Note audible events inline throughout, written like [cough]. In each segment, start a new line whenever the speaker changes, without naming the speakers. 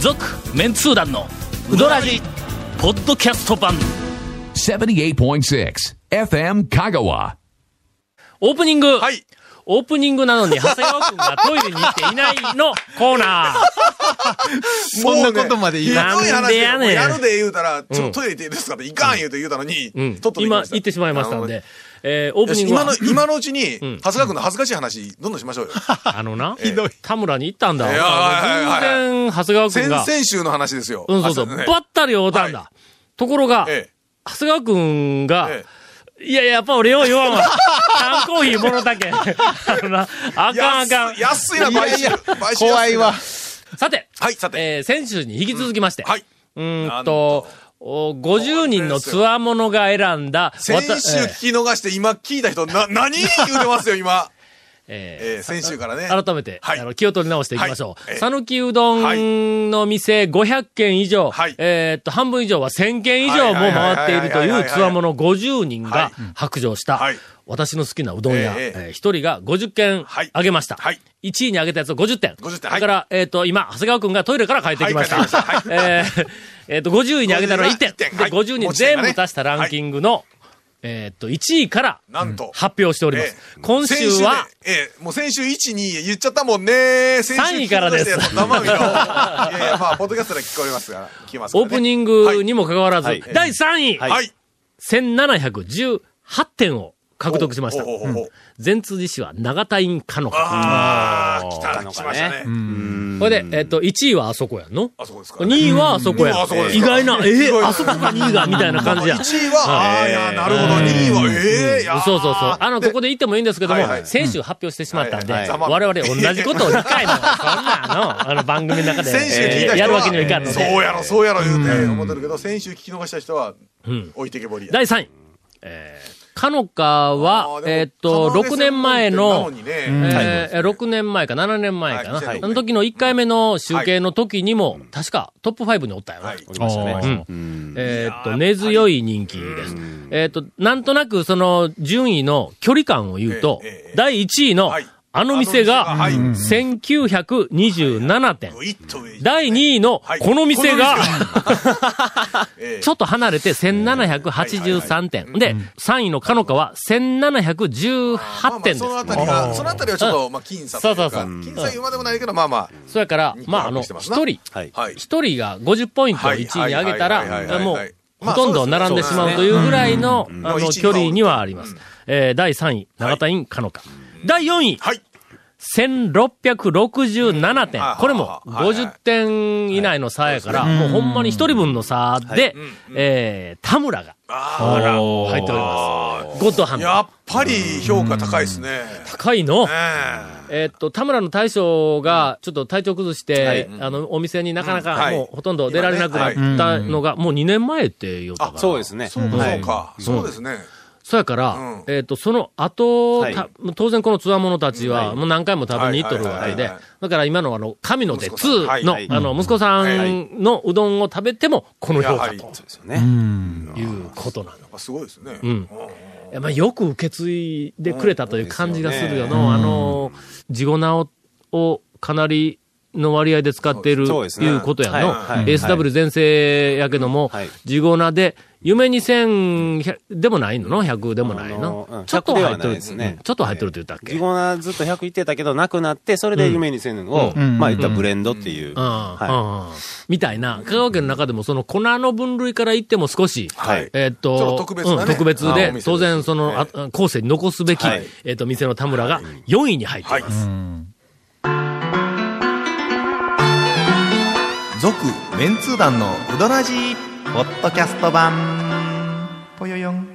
続メンツー団のウドラジポッドキャスト版
78.6 FM Kagawa.
オープニング、
はい
オープニングなのに長谷川君がトイレに行っていないのコーナー
もうね
そんなことまで言
ひ
う
どい話
なんでやねん
もうやるで言うたら、ちょっとトイレ行っていいですかって、いかん言うて言 [laughs] うたのに、とっとと
今
ました
行ってしまいましたん。で、えーオープ
よ
ニ
し
ングは
今の、今のうちに、長谷川君の恥ずかしい話、どんどんしましょうよ。
あのな、
[laughs] ひどい
田村に行ったんだ。
いやはいはいはい
偶然、長谷川君
先
が、
々週の話ですよ。
うん、そうそう、
あ
ば
ね
ったり会うたんだ。ところが、
え
長谷川君が、
え
いやいや、やっぱ俺よう言わん
[laughs]
わ。缶コーヒーもろたけん。あ [laughs] のな、あ
え
かんあかん
安い。安いな、買収。買収安
怖いわ。
さて、
はいさて
えー先週に引き続きまして、
はい。
うーん
なん
と、お50人のつわものが選んだ、
先
わた
週
えー
聞き逃して、今聞いた人、な、何言うてますよ、今。
えー
ええ、先週からね。
改めて、
はい
あの気を取り直していきましょ
は
う。
い
讃、岐、うどんの店500軒以上、
はい
えーっと、半分以上は1000軒以上も回っていると
はいはいはいはいはいいうはい
つわもの50人が白状した、
はい
私の好きなうどん屋、
ええ
え1人が50軒
はい
あげました。
はい
1位にあげたやつを50点。
50点
だから、えーっ、と、今、長谷川くんがトイレから帰ってきました。
はい帰ってきまし
[laughs]
た
えーえーっと、50位にあげたのは1点。
50点
で、
はい
50人
持ち点
全
が
部
ね
足したランキングの、えーっと、1位から
なんと。
発表しております。
ええ
今週は、
先週でええもう先週1、2言っちゃったもんね。先週
3位からです
聞き出したやつ生身の [laughs] いやいや、まあ、ポッドキャストで聞こえますから、聞きますから、
オ
ね。
ープニングにもかかわらず、
はい
第3位、
はい。はい。
1718点を獲得しました
ほう。ほうほうほう
全通寺市は長田院かのか。
ああ、来た
う
ら
ん
来ましたね。
これで、えっと、1位はあそこやんの
あそこですか。
2位はあそこや
うんあそこ。です
意外な、え
意外
ー、
な
あそこが2位が、みたいな感じや。
1位は、ああ、いや、なるほど。2位は、ええ、いや。
そうそうそう。あの、ここで言ってもいいんですけども、
はいはい
先週発表してしまったんで、
はいはい
我々同じことを2回も、そんなの、あの番組の中で、
先週聞い
え
た人は、
ーやるわけにはいかんの
そう
で。
やろ、そうやろ言うて思ってるけど、先週聞き逃した人は、置いてけぼりや。
第3位。えー、かのかは
あー、でも
えーっと、6年前の
可能性もある、っていうなのにね
えー6年前か7年前かな。
はいはい
あの時の1回目の集計の時にも、確かトップ5におったよな。
はい。
ました
Oh.
ね。
うんえーっと、根強い人気です。えーっと、なんとなくその順位の距離感を言うと
ええええ、
第1位の
はい
あの店が
あの店がはい
1927点。
グイッと上に
第2位の
はい
この店が
この店え
[laughs]
え
ちょっと離れて1783点。で、3位のかのかは1718点です。
まあまあそのあたりが、そのあたりはちょっと、まあ、僅差とい
そ
うか、
うそうそう
僅差言うまでもないけど、まあま
それから、
日本
まあ、あの、
して
一
ますな
人、
はい。
あ、はい。
一人が50ポイントを
はい
1位に上げた
はいはいはい
ら、
はい
も、
はいう
ほ
まあ
とんど並んでしまうというぐらいの、
ん
あ
もう
の、
一位
距離にはあります。えー第3位、長田院かのか。第4位、
はい。
1667点
うん。
これも
はいはい
50点以内の差やから、もうほんまに一人分の差で、えー田村が
あら。
入っております。ゴッドハンド。
やっぱり評価高いですね。
高いの
え。え
えーっと、田村の大将が、ちょっと体調崩して、あの、お店になかな
うんは
か、
い
もうほとんど出られなくなったのが、もう2年前って言うたから。
そうですね。
そうか、そうか。そうですね。
そうやから、
うん
えーっと、その後、
はい
た当然このつわものたちは、もう何回も食べに行っとるわけ
はいはいはい
で
はい、
だから今のあの、神の手
息子さんは
2
い
の、
はい
あの、息子さんのうどんを食べても、この評
や
価
は
と
り
そうですよね。
いうことなの。
すごいですね。
うん。いやまあ、よく受け継いでくれたという感じがするよの、あの、ジゴナオをかなりの割合で使っている、
そうですね
いうことやの。
はいはい
SW 全盛やけども
はい、
ジゴナで、夢に千でもないのの ?100 でもない
あのう
の
ん
ちょっと入って
100ではない
る
ですね
うんちょっと入ってるって言ったっけ
ジゴナずっと100いってたけど、なくなって、それで夢にせぬを、まあ言ったらブレンドっていう。
うん
は
うんみたいな、香川県の中でもその粉の分類から言っても少し、
はい
えーっ
ちょ
と、
っと特別なね
うん特別
あお
で
店です
当然その、あ後世に残すべき、
はい
えーっと、店の田村が4位に入ってい
は
ま
い
す。。
続メンツー団のウドラジーポッドキャスト版ぽよよん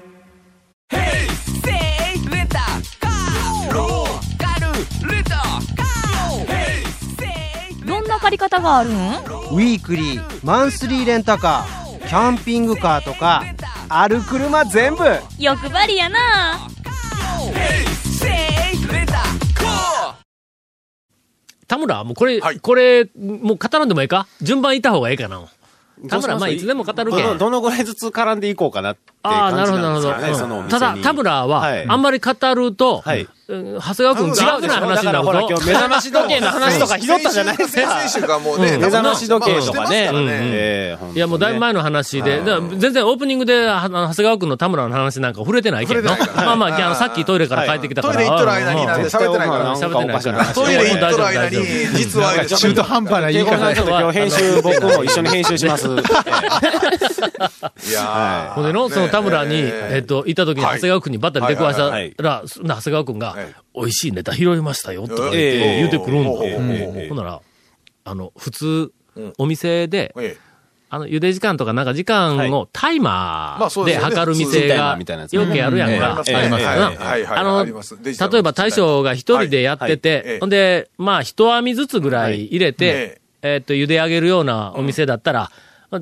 どんな借り方があるん
ウィークリーマンスリーレンタカーキャンピングカーとかある車全部
欲張りやな
田村はもうこれ、
はい
これ、もう語らんでもええか順番いた方がええかな。田村はまあいつでも語るけん
どの。どのぐらいずつ絡んでいこうかなって
ああ、
感
なる
じ
ほど、な
なん
る
で
ほ
す
ど
かね、そのお
うん。
店
ただ、
に。
田村
は
は、
い
あんまり語ると、
はい
えうん長谷川君違うじゃない話にな
だから
る
ほら今
ぞ
日。目覚まし時計の
[laughs]
話とか拾ったじゃないです
先
か。
々週かもうね、
うん
目覚まし時計とかね。
まあしてますら
うん
ええほんとね
いや、もうだいぶ前の話で、だから全然オープニングで、はあの長谷川君の田村の話なんか触れてないけど、
触れてないから
まあまあ、あのさっきトイレから帰ってきたから。
トイレ行っとる間になんで
う
喋ってないから。
喋ってないから。
トイレ行っとる間に、実は、
中途半端な言い
さ
方
んちょっと今日編集、僕も一緒に編集します。
いやー
ほんでの、その田村に、
ね
えっと、行った時に長
はい
谷川君にばったり出くわし
は
た
いはい
ら、そんな長谷川君が
はい、
美味しいネタ拾いましたよ、とか言っ
え
て
え
言うてくるん
ええ
で、ほんなら、あの、普通、お店で、
ええ
あの、茹で時間とかなんか時間をタイマ
まあそ
ー
うで
です
よね
測る店
タイマ
が
ーみたいなや、つ
よくやるやん
ええ
か。
ええ
ありますよね
はいはいはい
あ
あ
の、
りますデジタル
例えば大将が一人でやって
はいはいえ
て
え、
ほんで、まあ、一網ずつぐらい入れて、えっと、茹で上げるようなお店だったら、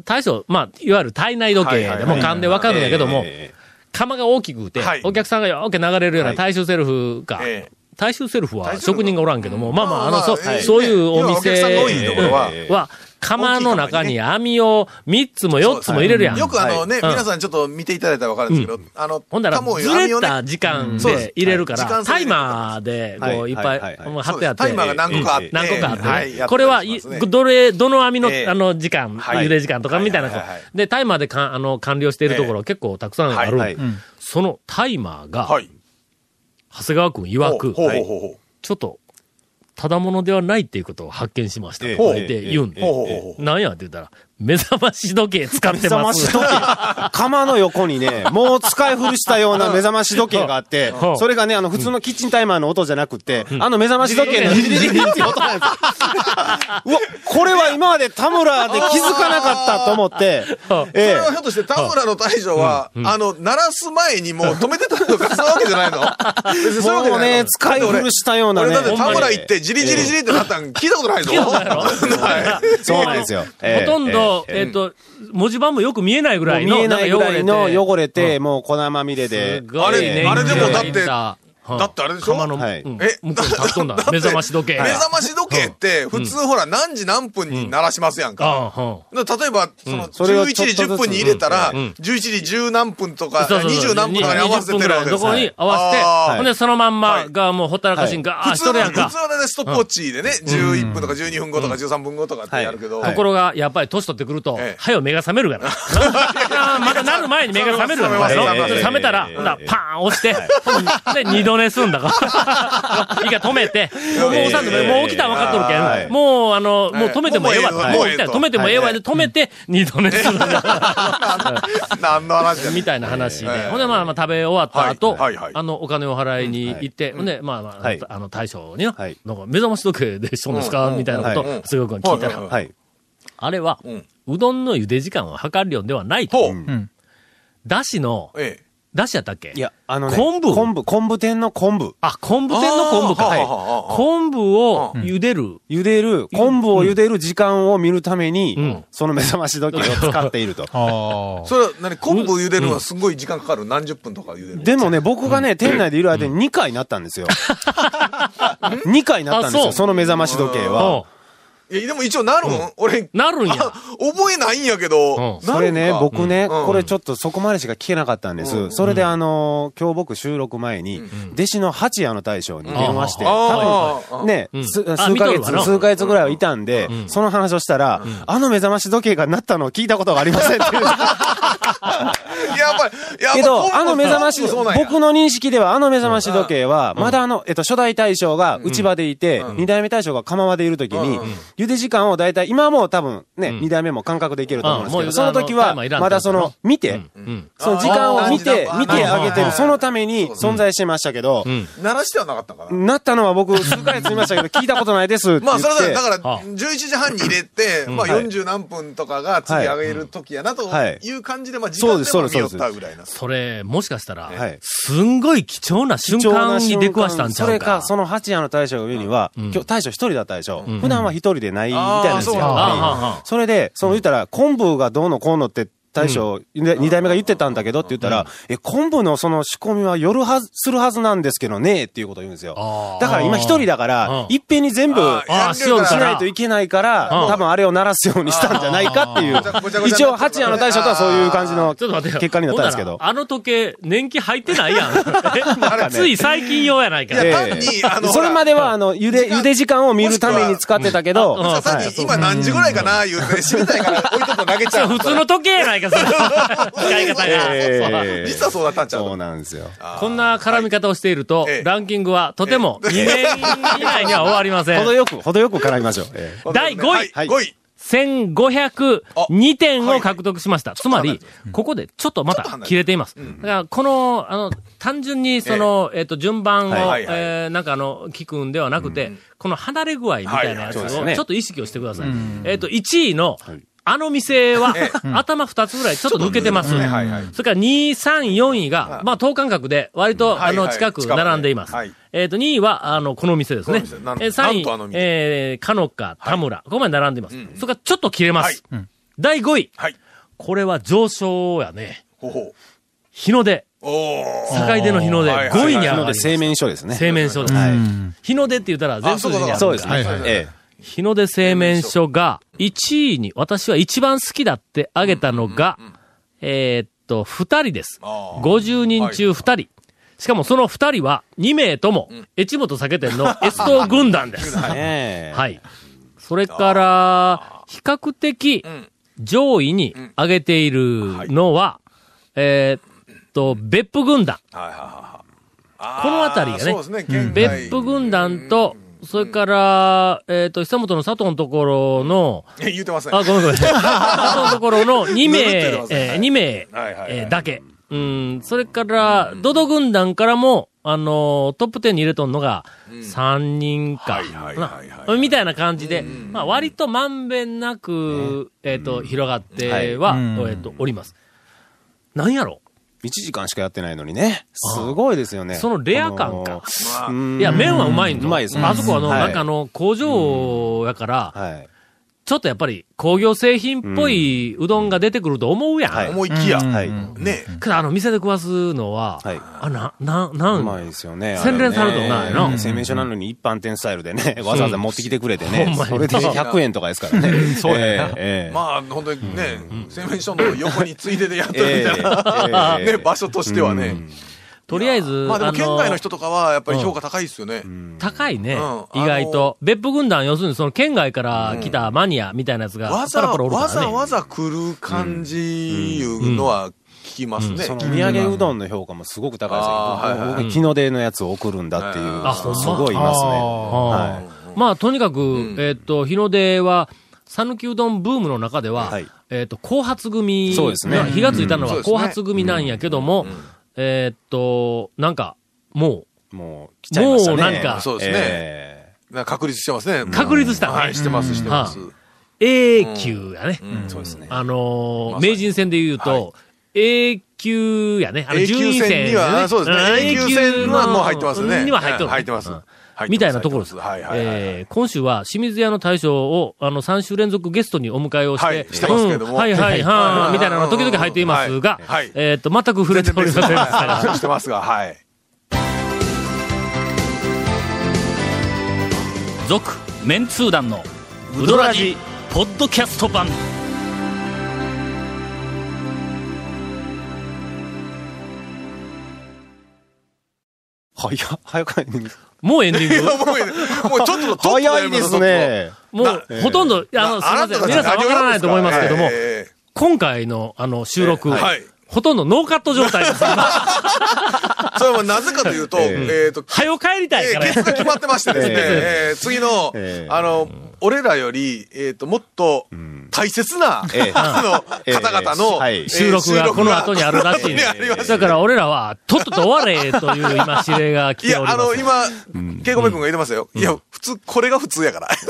大将、まあ、いわゆる体内時計
はい
で
はい
もう勘でわかるんやけども、
え
釜が大きくて
はい、
お客さんがよーく流れるような
はい
大衆セルフか
ええ、
大衆セルフは
大衆セルフ
職人がおらんけども、まあまあ、あの、
まあ
そう
まあええ
そういうお
要はお
店
客さんが多いところは
うんは、釜の中に網を3つも4つも入れるやん。
よくあのね、
うん
皆さんちょっと見ていただいたら分かるんですけど、あの、
ほんだら、
鴨を
ず
闇
れ
をね
た時間
そうです
で入れるか
はい時
ら、
間差
タ
で
イ
入
マーで、こ
れる
は
う、
い
いっぱ
は
いう
いはいは
う
い
ん貼
そう
っ
で
てあ
す
って。
タイマーが何個かあって。
何個かあってね、
はいやって
これは
ま
い、
すね
どれ、どの網の、
ええ
あの、時間、
はい
茹で時間とかみたいな、
はいはいはいはい
で、タイマーでかあの完了しているところ、結構たくさんある、
はいはい
そのタイマーが、
はい。
長谷川君曰く、
ほうほうほうほう。
ちょっと、ただものではないっていうことを発見しました。
ええ
こう言って言うんで
ほうほうほうほう。
なんやって言ったら、目覚まし時計使っ
目
て
覚
ま
まし
す。
時計。釜の横にね、もう使い古したような目覚まし時計があって
うん、
それがね、あの、普通のキッチンタイマーの音じゃなくて、あの目覚まし時計の
うん
ジリジリジリっていう音なんですようわ、これは今まで田村で気づかなかったと思って
うん、
そ
え
れはひょっとして田村の大将は、あの、鳴らす前にもう止めてたとか、そういうわけじゃないの別に
え、
そういうわけじ
も
ゃ
う
ない
ね
の、
使い古したような
俺
ね
だっ。て田村行って、じりじりじりってなったん聞いたことないぞ。はい
そうなんですよ。
[laughs] ほとんど、
ええ
えっ、と、文字盤もよく見えないぐらいの、
見えないぐらい
な
の
んか
汚れて、もう粉まみれで。
すごい
あれ
ね
あれでもだっ
イン
て
ターは
だ
い
ってあれでしょ
釜の、
はい
うん
え
向こうに立っとんだ。目覚まし時計。
目覚まし時計って、普通ほら、何時何分に鳴らしますやんか。
ああ、うん
だから例えば、その、
それを
11
ちょっとずつ
時10分に入れたら、
うんうん
11時10何分とか、
そうそうそう
20何分とかに合わせ
20
て
分ぐ
る
らい
わ
の
けで
と
す
ころに合わせて、
はい
ほんで、そのまんまがもうほったらかしにガー
普
ッし
通
と
の、
るやん
普通
か。
のね、ストップウォッチでね、11分とか12分後とか13分後とかってやるけど、
は
ところが、やっぱり年取ってくると
ええ、
はよ目が覚めるから。あーまだなる前に目が覚めるか
覚めます
ら。
覚めます
覚めたら、
ええ
ほんならパーン押して、で、二度寝すんだから。一 [laughs] 回止めて、もう押さんでもええ、もう起きたら分かっとるけん、
はい
もう、あの、もう止めてもええわ。
もうええ
もう起きたら止めてもええわ。
はい
で、止めて、二度寝するんだ。
[laughs] 何の話だ
みたいな話
え
で。
え
ほんで、まあまあ食べ終わった後、
はいはいはい
あの、お金を払いに行って、ほんで、まあまあ、
はい
あの、大将にな、
はい
なんか目覚まし時計でしょんですか、
うんうん
みたいなこと
は
を、すごく聞いたら、
はい
はい。
あれは、
うん
うどんの茹で時間を測るようではない
ほ
と。
う。
だしの、
ええ。
だしやったっけ
いや、あのね。
昆布
昆布、昆布天の昆布。
あ、昆布店の昆布か。
あー
はい
はあはあはあ
昆布を茹でる。
茹でる、昆布を茹でる時間を見るために、
うん
その目覚まし時計を使って
[laughs]
いると。
あ
それは何、昆布茹でるのはすごい時間かかる何十分とか茹でる。
でもね、僕がね、店内でいる間に2回なったんですよ。2回 [laughs] なったんです
あそ
よ、
う
その目覚まし時計
うん
は。
いや、でも一応なるん俺、
なるんや。
あ覚えないんやけど、
うん
それね、僕ね、
うん
これちょっとそこまでしか聞けなかったんです。それであのー今日僕収録前に、弟子の八谷の大将に電話して、
あ
多
ああ
分、ね
うん、
す数
あ
ヶ
見とるわな
月、数ヶ月ぐらいはいたんで、その話をしたら、あの目覚まし時計がなったのを聞いたことがありませんっていう。
やばい。やばい。
けど、あの目覚まし、
そうなんや
僕の認識ではあの目覚まし時計は、まだあの、えっと、初代大将が内場でいて、二代目大将が釜場でいるときに、茹で時間を大体、今はもう多分ね、二代目も感覚でいけると思うんですけ
うんも
ど、
う
その
あのタ
時
イ
は、
マーいらん
まだその、見て、
うん。
その時間を見て
あ、ー
見てあげて
あー
る、そのために存在してましたけど、
ん
鳴らしてはなかったんかな。
なったのは僕、数ヶ月見ましたけど、聞いたことないですって言
ま
っ
あ、
て。
それだから、だから
はあ
11時半に入れて、まあ、40何分とかが次上げる時やなと
はい
いう感じで、まあ、時
そう
間
で
ですも見よっ
そうですそう
た
です
ぐらいな。
それ、もしかしたら、
はい
すんごい貴重な瞬間に出くわしたんちゃうか。
それか、その八谷の大将が上には、今日大将一人だったでしょ。普段は一人でないみたいなんです
あーそ
よ。
うなんだ
やっぱり
あーはーはー
それで、その言ったら、昆布がどうのこうのって、大将、で二代目が言ってたんだけどって言ったら、え、昆布のその仕込みは夜はず、するはずなんですけどね、っていうことを言うんですよ。だから今一人だか
あ
ら、
ー
いっぺんに全部、
あー
ああ、しよる
し
か
ない
ら
と。いけないから
うん、
多分あれを鳴らすようにしたんじゃないかってい
あーごちゃごちゃご
う。
ちゃ
一応、八夜の大将とはそういう感じの
ちょっと待ってよ。
結果になったんですけ
ほ
ど
な。らあの時計、年季入ってないや
[laughs]
ん。えつい最近用やないか。
いや
え
単にあの
それまでは、あの、茹で、
時間
茹で時間を見るために使ってたけど、
もしくは
ささ
は
っ
い
き今何時ぐらいかな言うて、知りたいから置いとくの投げち
そ
ゃ
れ
う。
[laughs] 普通の時計やないか、それ。使い方
え
が。
ー
実はそうだったんちゃう
そう
の
なんですよ。
こんな絡み方をしていると
ええ、
ランキングはとても2年以内には終わりま
[laughs]
せん。
程よく、程よく絡みましょう。えー
第五位
は、
はいい
5位。
1502点を獲得しました。つまり、ここでちょっとまた切れています。だから、この、あの、単純にその、えっと、順番を、
はい
えーなんかあの、聞くんではなくて、この離れ具合みたいなやつを、ち
はいはいそうですね
ょっと意識をしてください。えっと、1位の、あの店は、頭2つぐらいちょっと抜けてます。
ねはいはい。
それから2位、3位、4位が、まあ、等間隔で、割と、あ
はいは
の、
い
近く並んでいます
はい。
えっと、2位は、あの、この店ですね。え
この店なん
ー3
なんとあの
位、
店
えー、かのか、田村。ここまで並んでいます。それから、ちょっと切れます。第5位。
はい。
これは上昇やね。
ほうほう。
日の出。
おー。
境出の日の出。
はい
5
はい
位に
な
あ
の
る
で、。製麺所ですね。
製麺所です。日の出って言ったら、全数字にある
あ
から
そうですね。
はいはい
え
日の出製麺所が、1位に、私は一番好きだってあげたのが、えーっと、2人です。
あー
50人中2人。しかもその2人は、2名とも、越後酒店のエスト軍団
[laughs]
です。
え。ねえ
はい。それから、比較的
ん
上位に上げているのは、えーっと、別府軍団。
はいはいはいはい。
この辺りがね
そうですね、現代
別府軍団と、それから、えーっと、久本の佐藤のところの、
え言うてません。
あ、ごめ [laughs] んごめん。あのところの2名
ぬるっとやってま、すね
え
は
ー、
い
2名、
はいはいはい
えーだけ。うん、それから、ドド軍団からも、あのートップ10に入れとんのが、3人か
はいはい、はいはい
なみたいな感じで、まあ、割とまんべんなく、えっ、と、広がっては、えっ、と、おります。なんやろ
1時間しかやってないのにね。すごいですよね。
そのレア感か
こ
まあ
の。
いや、麺はうまいん
うまいですね
あそこはあの、
はい
なんかあの、工場やから、
はい。
ちょっとやっぱり工業製品っぽいうどんが出てくると思うやん。
はい
思いきや。
はい。
ねえ。
けど、あの、店で食わすのは、
はい
あ、な、な、な、
うんまいですよね。
洗練されたことないな
あれね製麺所なのに一般店スタイルでね、わざわざ持ってきてくれて
ほん
ね
ま、に
それで100円とかですか
[laughs]
らね。そうやね。ええ
まあ、本当にね、セメンションの横についででやってるみ
え
たいな。[laughs]
え
ね、場所としてはね。
とりあえず、
まあでも県外の人とかはやっぱり
うん
評価高いですよね。
高いね、
うんあ
意
の
外と。別府軍団、要するにその県外から来たマニアみたいなやつが、
わ
パ
ざ
ラパラおるから
わ
ね。
ざわざ来る感じいうのは聞きますね。
その土産うどんの評価もすごく高いです
あーはい
よ。僕、日の出のやつを送るんだっていう
あ
人、すごいいますね。
あーまあ、とにかく、えっ、と、日の出は、讃岐うどんブームの中では、
はい
えっ、と、後発組、
そうですね
まあ火がついたの
うん
は
そうです
後
ね
発組なんやけども、えっ、と、なんか、も
もう、来ちゃいましたね。
もうなんか
そうですね
ええ
なんか確立してますね。
う、確立したね。
はい、してます、してます。
は A 級やね。
そうですね。
あのー
まさに
名人戦で言うと、A 級やね。あの
A
順
級
位戦
戦には、そうですね。A 級戦はもう入ってますね。
には入っとる。
はい入ってます
うん。
入ってます
みたいなところです。
はいはいはいはい。
えー今週は清水屋の大将を、あの、3週連続ゲストにお迎えをして、
はいしてますけども
うんはいはい
は
はいい、みたいなのが時々入っていますが
はいはい、
えーっと、全く触れておりませんでしたが。
[laughs] してます
[laughs]
が、はい。
続メンツー団のウドラジポッドキャスト版
早い、早くない
もうエンディング
もうちょっと、ちょっと
早いです。ね。
もう、ほとんど、あの、すいません。皆さんわからないと思いますけども、今回の、あの、収録、
はい
ほとんどノーカット状態
[laughs]
です。
それはなぜかとい
[laughs]
うと、えっと、
早よ帰りたい
え
から
ーケ。ツが決まってましてですね、えー次の、
えー
あの、俺らより、えっ、と、もっと大切な、
えー
あの、
えー
方々の、
は
え
い
ー
収録がこの後にあるらしい
収録がこの後にあります
だから俺らは、とっとと終われという今指令が来
い
てお
や、
ります。
あの、今、ケイコメ君が言ってましたよ。いや、普通、これが普通やから。 [laughs]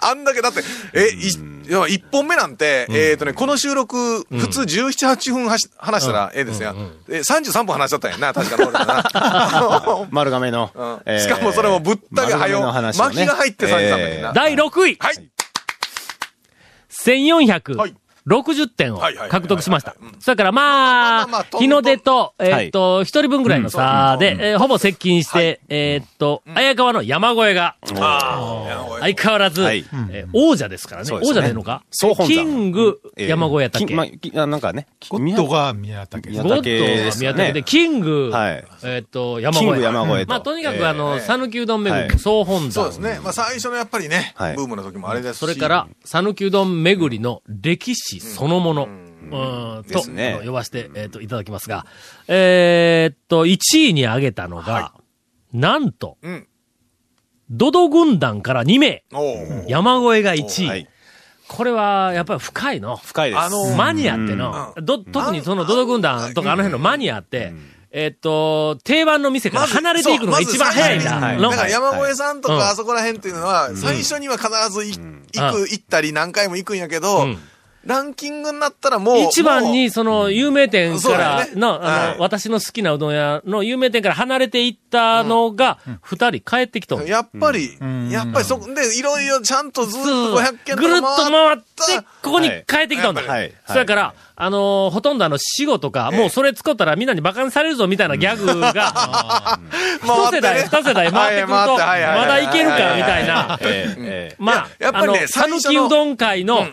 あんだけ、だって、え、い要は一本目なんて、えっとね、この収録、普通17、8分はし話したら、ええですね。え、33分話しちゃったんやな、確か
[laughs]
俺らなあの
丸亀の
うん。
えー
しかもそれもぶったけはよ
丸亀の話をね
巻きが入って33分やな
えー
第6位、
はい。
1400、
はい
60点を
はいはいはい
獲得しました
はいはいは。
それからま
まあまあま
あ
あトント、ン
日の出と、え
はい
ーっと、一人分ぐらいの差で、えーほぼ接近して、えーっと、綾川の山越えが、
ああ。
相変わらず、
はい
えー王者ですからね。
そ
王
うですね
者でいいのか
総本山
キング、山越えやったっ
き
け
まあきあなんかね、き
ゴッドが宮武
宮
さ
ゴ
ん。
ッド
武で
は
すね
宮武で、キング、
はい
えーっと、山越え。
キング山越えと
まあ、とにかく、あの、
えー
讃岐うどん巡
は
り、
い
総本
そう
山
で。すね。まあ最初のやっぱりね、
はい
ブームの時もあれですし。
それから、讃岐うどん巡りの歴史そのもの、うんと、
すね
呼ばせて、えーっといただきますが、えーっと、1位に挙げたのが、なんと、
うん
ドド軍団から2名、
おー、
山越えが1位。
はい
これは、やっぱり深いの。
深いです。
あのー
マニアっての、ど、特にそのドド軍団とかあの辺のマニアって、えっと、定番の店から離れていくのが一番早いん
そ
だ。
うまず最初に
の
だから山越さんと
うん
かあそこら辺っていうのは、最初には必ずい行
うん
く、行ったり何回も行くんやけ
う
ど
ん、
ランキングになったらもう。
一番に、その、有名店
そう
か
だ
ら
よね
の、あ
はい
の、私の好きなうどん屋の有名店から離れていったのが、二人帰ってきと
も
ん
う。やっぱり
ん、
やっぱりそこで、いろいろちゃんとずっと500件
ぐるっと回って
た、
ここに帰ってきたんだ。
はいはい
そやから、あのーほとんどあの、死後とか、もうそれ使ったらみんなに馬鹿にされるぞみたいなギャグが、一世代、二世代回ってくると、ま
はいはい
だいけるか、みたいな。
ええええ
まあ、
ややっぱりね
あの、
最
讃
初の
岐うどん界の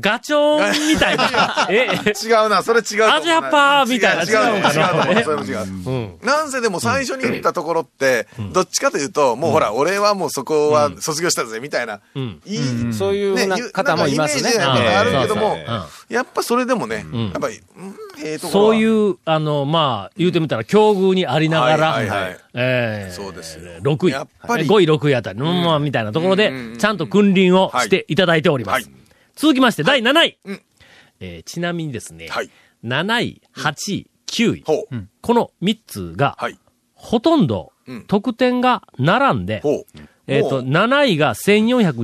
ガチョーンみたいな。 [laughs] え、
[laughs] 違うな、それ違うと思う。
アジアパーみたいな
違
違う
う、違う、違う
のかな
違うと思う。それも違う。
うん。
なんせでも最初に行ったところって、どっちかというと、もうほら、俺はもうそこは卒業したぜ、みたいな。
うん。
いい
そういうふうな
ね
方もいますね。
イメージ
や
が
っぱあるけど
も
ええ
うん
やっぱそれでもね、
ん
やっぱり、うんええところ。
そういうう、あの、まあ、言うてみたら、境遇にありながら、
はいはいはい
えー
そうですよ
6位、
やっぱり
5位、6位あたりの、まあ、みたいなところで
うんうんうんう、ん
ちゃんと君臨をしていただいております。
はい
続きまして、第7位。
うん
えーちなみにですね、
はい
7位、8位、9位、
ほう。
この3つが、
はい。
ほとんど
うん
得点が並んで、
ほう。
えっ、と、
ほう
7位が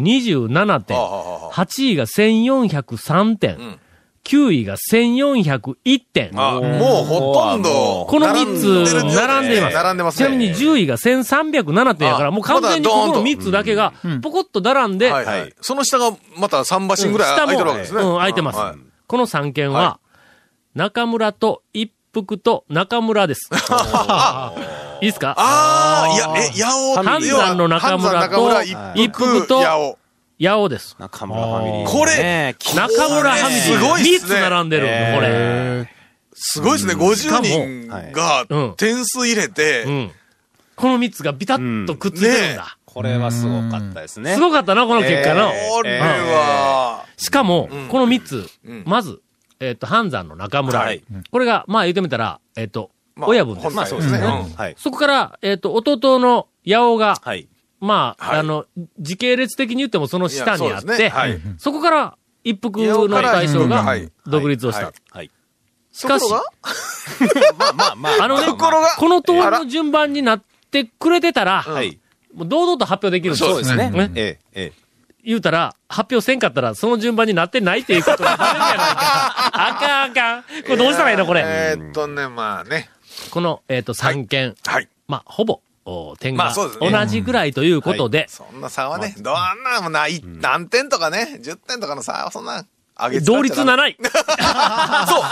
1427点、
ああああああ
8位が1403点、
ん
9位が1401点。
あ、もうほとんど、
この3つ並んでいます。
並んでます
ち
ね。
なみに10位が1307点やから、
あ
もう完全に
まだドー
こ
ンと
の3つだけが、ポコッと並んで、
はいはい。その下がまた3橋ぐらい空いてるわけですね。
うん、空いてます。
は
この3件は、
は
中村と一服と中村
[laughs]
です。いいですか
ああ、いや、え、八尾
半山の中村と
半山中村一
一
服
服と
八尾。
八尾です。
中村ファミリー。
これ
ねき
中村ハミリ
すごい
ー。3
っす
つ
ね
並んでるの、これ。
すごいですね、50人が
うん
点数入れて
う、ん。この3つがビタッとくっついてるんだ。
これはすごかったですね。
すごかったな、この結果の。
これは、
しかも、この3つ、
ん
まず、えっ、と、半山の中村。
はい
これが、まあ言ってみたら、えっ、と、
まあ
親分です。
本来ですね
うん
うん
はい。
そこから、えっ、と、弟の八尾が、
はい。
まあ、
はい
あの、時系列的に言ってもその下にあっ
いやそうです
て、
ね
そ
はい
こから一服の大将
うんは
が
い
独立をした。
はい
はい。
しかし、
ところが
まあまあまあ。
あのね、
ところが
この通りの順番になってくれてたら、
はい。
もう堂々と発表できるんですよ
そうですね。
ね
ええ、ええ。
言うたら、発表せんかったら、その順番になってないっていうことがバレるやないか。あかんあかん。これどうしたらいいのこれ。
えーっとね、まあね。
この、えっ、と、3件、
はい。
まあ、ほぼ、お点
ま
が
あそうですね
同じぐらいということで、
そんな差はね、どんなもんない、何点とかね、10点とかの差はそんな、上げ
同率7
位。
位。
そう、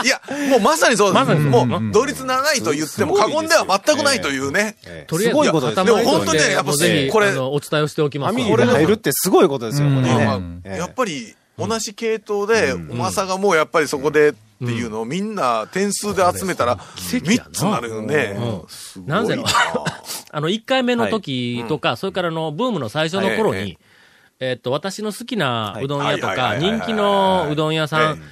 いや、もうまさにそうで
ま
す。
さにそう
もう、同率7位と言っても過言では全くないというね。
とりあえず、
すごいことです
頭
でも本当にねやっぱ
もうぜひ
これ
あのお伝えをしておきま
ファ
す
ミ
が。
リーが入るってすごいことですよ、これ
まあ
ね。
まあ
ええ
やっぱり、同じ系統で、おまさがもうやっぱりそこでっていうのをみんな点数で集めたら、
跡やな
3つになるよね。すごい
なんせのあの、1回目の時とか、それからあの、ブームの最初の頃
はいはいは
に、えっと、私の好きなうどん屋と
はいは
か、
いはいはい
人気のうどん屋さ
え
ん、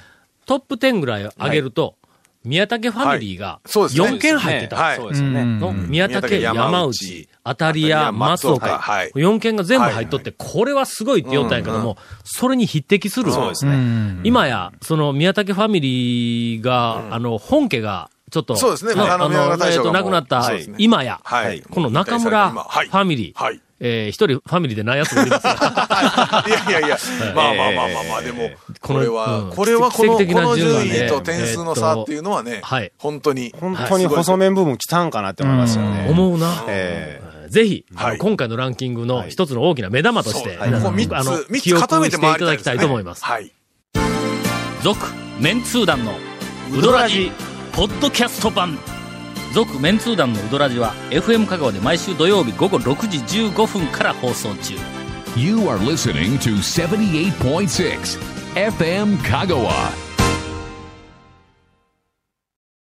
トップ10ぐらい上げると、宮武ファミリーが
いそうですね
4件入ってた。
はい
そうですよね。
の宮
宮
武、
武
山
山
内
内、
当たり屋、松
松岡
岡
はい、
4件が全部入っとって、これはすごいって言おうたんやけども、それに匹敵する。
そうですね。
今や、その宮武ファミリーが、あの、本家が、ちょっと、
そうですね
ね
あ
あ
の
の、
宮川大
えっ
将
と、
がもう
亡くなった
そうですね、
今や、
はい
この中村フ
もう引退された今は
ァ
い
ミリー、
はい
えー一人ファミリーで何やつもいます
[laughs]
が
いやいや
[laughs]
いや、まあまあまあまあまあ、でも、
こ
こ
の
れ
う
は
ん、
これはこ
奇
の、
跡的
こ
な
の
順
順
位で
位と点数の差っていうのはね
はい、
本当に。
本当に細麺部分来たんかなって思いましたよね。
思うな。
ええ
ぜひ、あの
はい
今回のランキングの一つの大きな目玉として、
そうはいもう
皆さん
3
あの
つ、三
記
つ
憶
固めて
していた
回りた
だ
い
き
です
た
ね。
いと思います。
はい。
続、
メンツー団のウドラジポッドキャスト版続メンツー団のウドラジは FM 香川で毎週土曜日午後6時15分から放送中
You are listening to 78.6 FM Kagawa.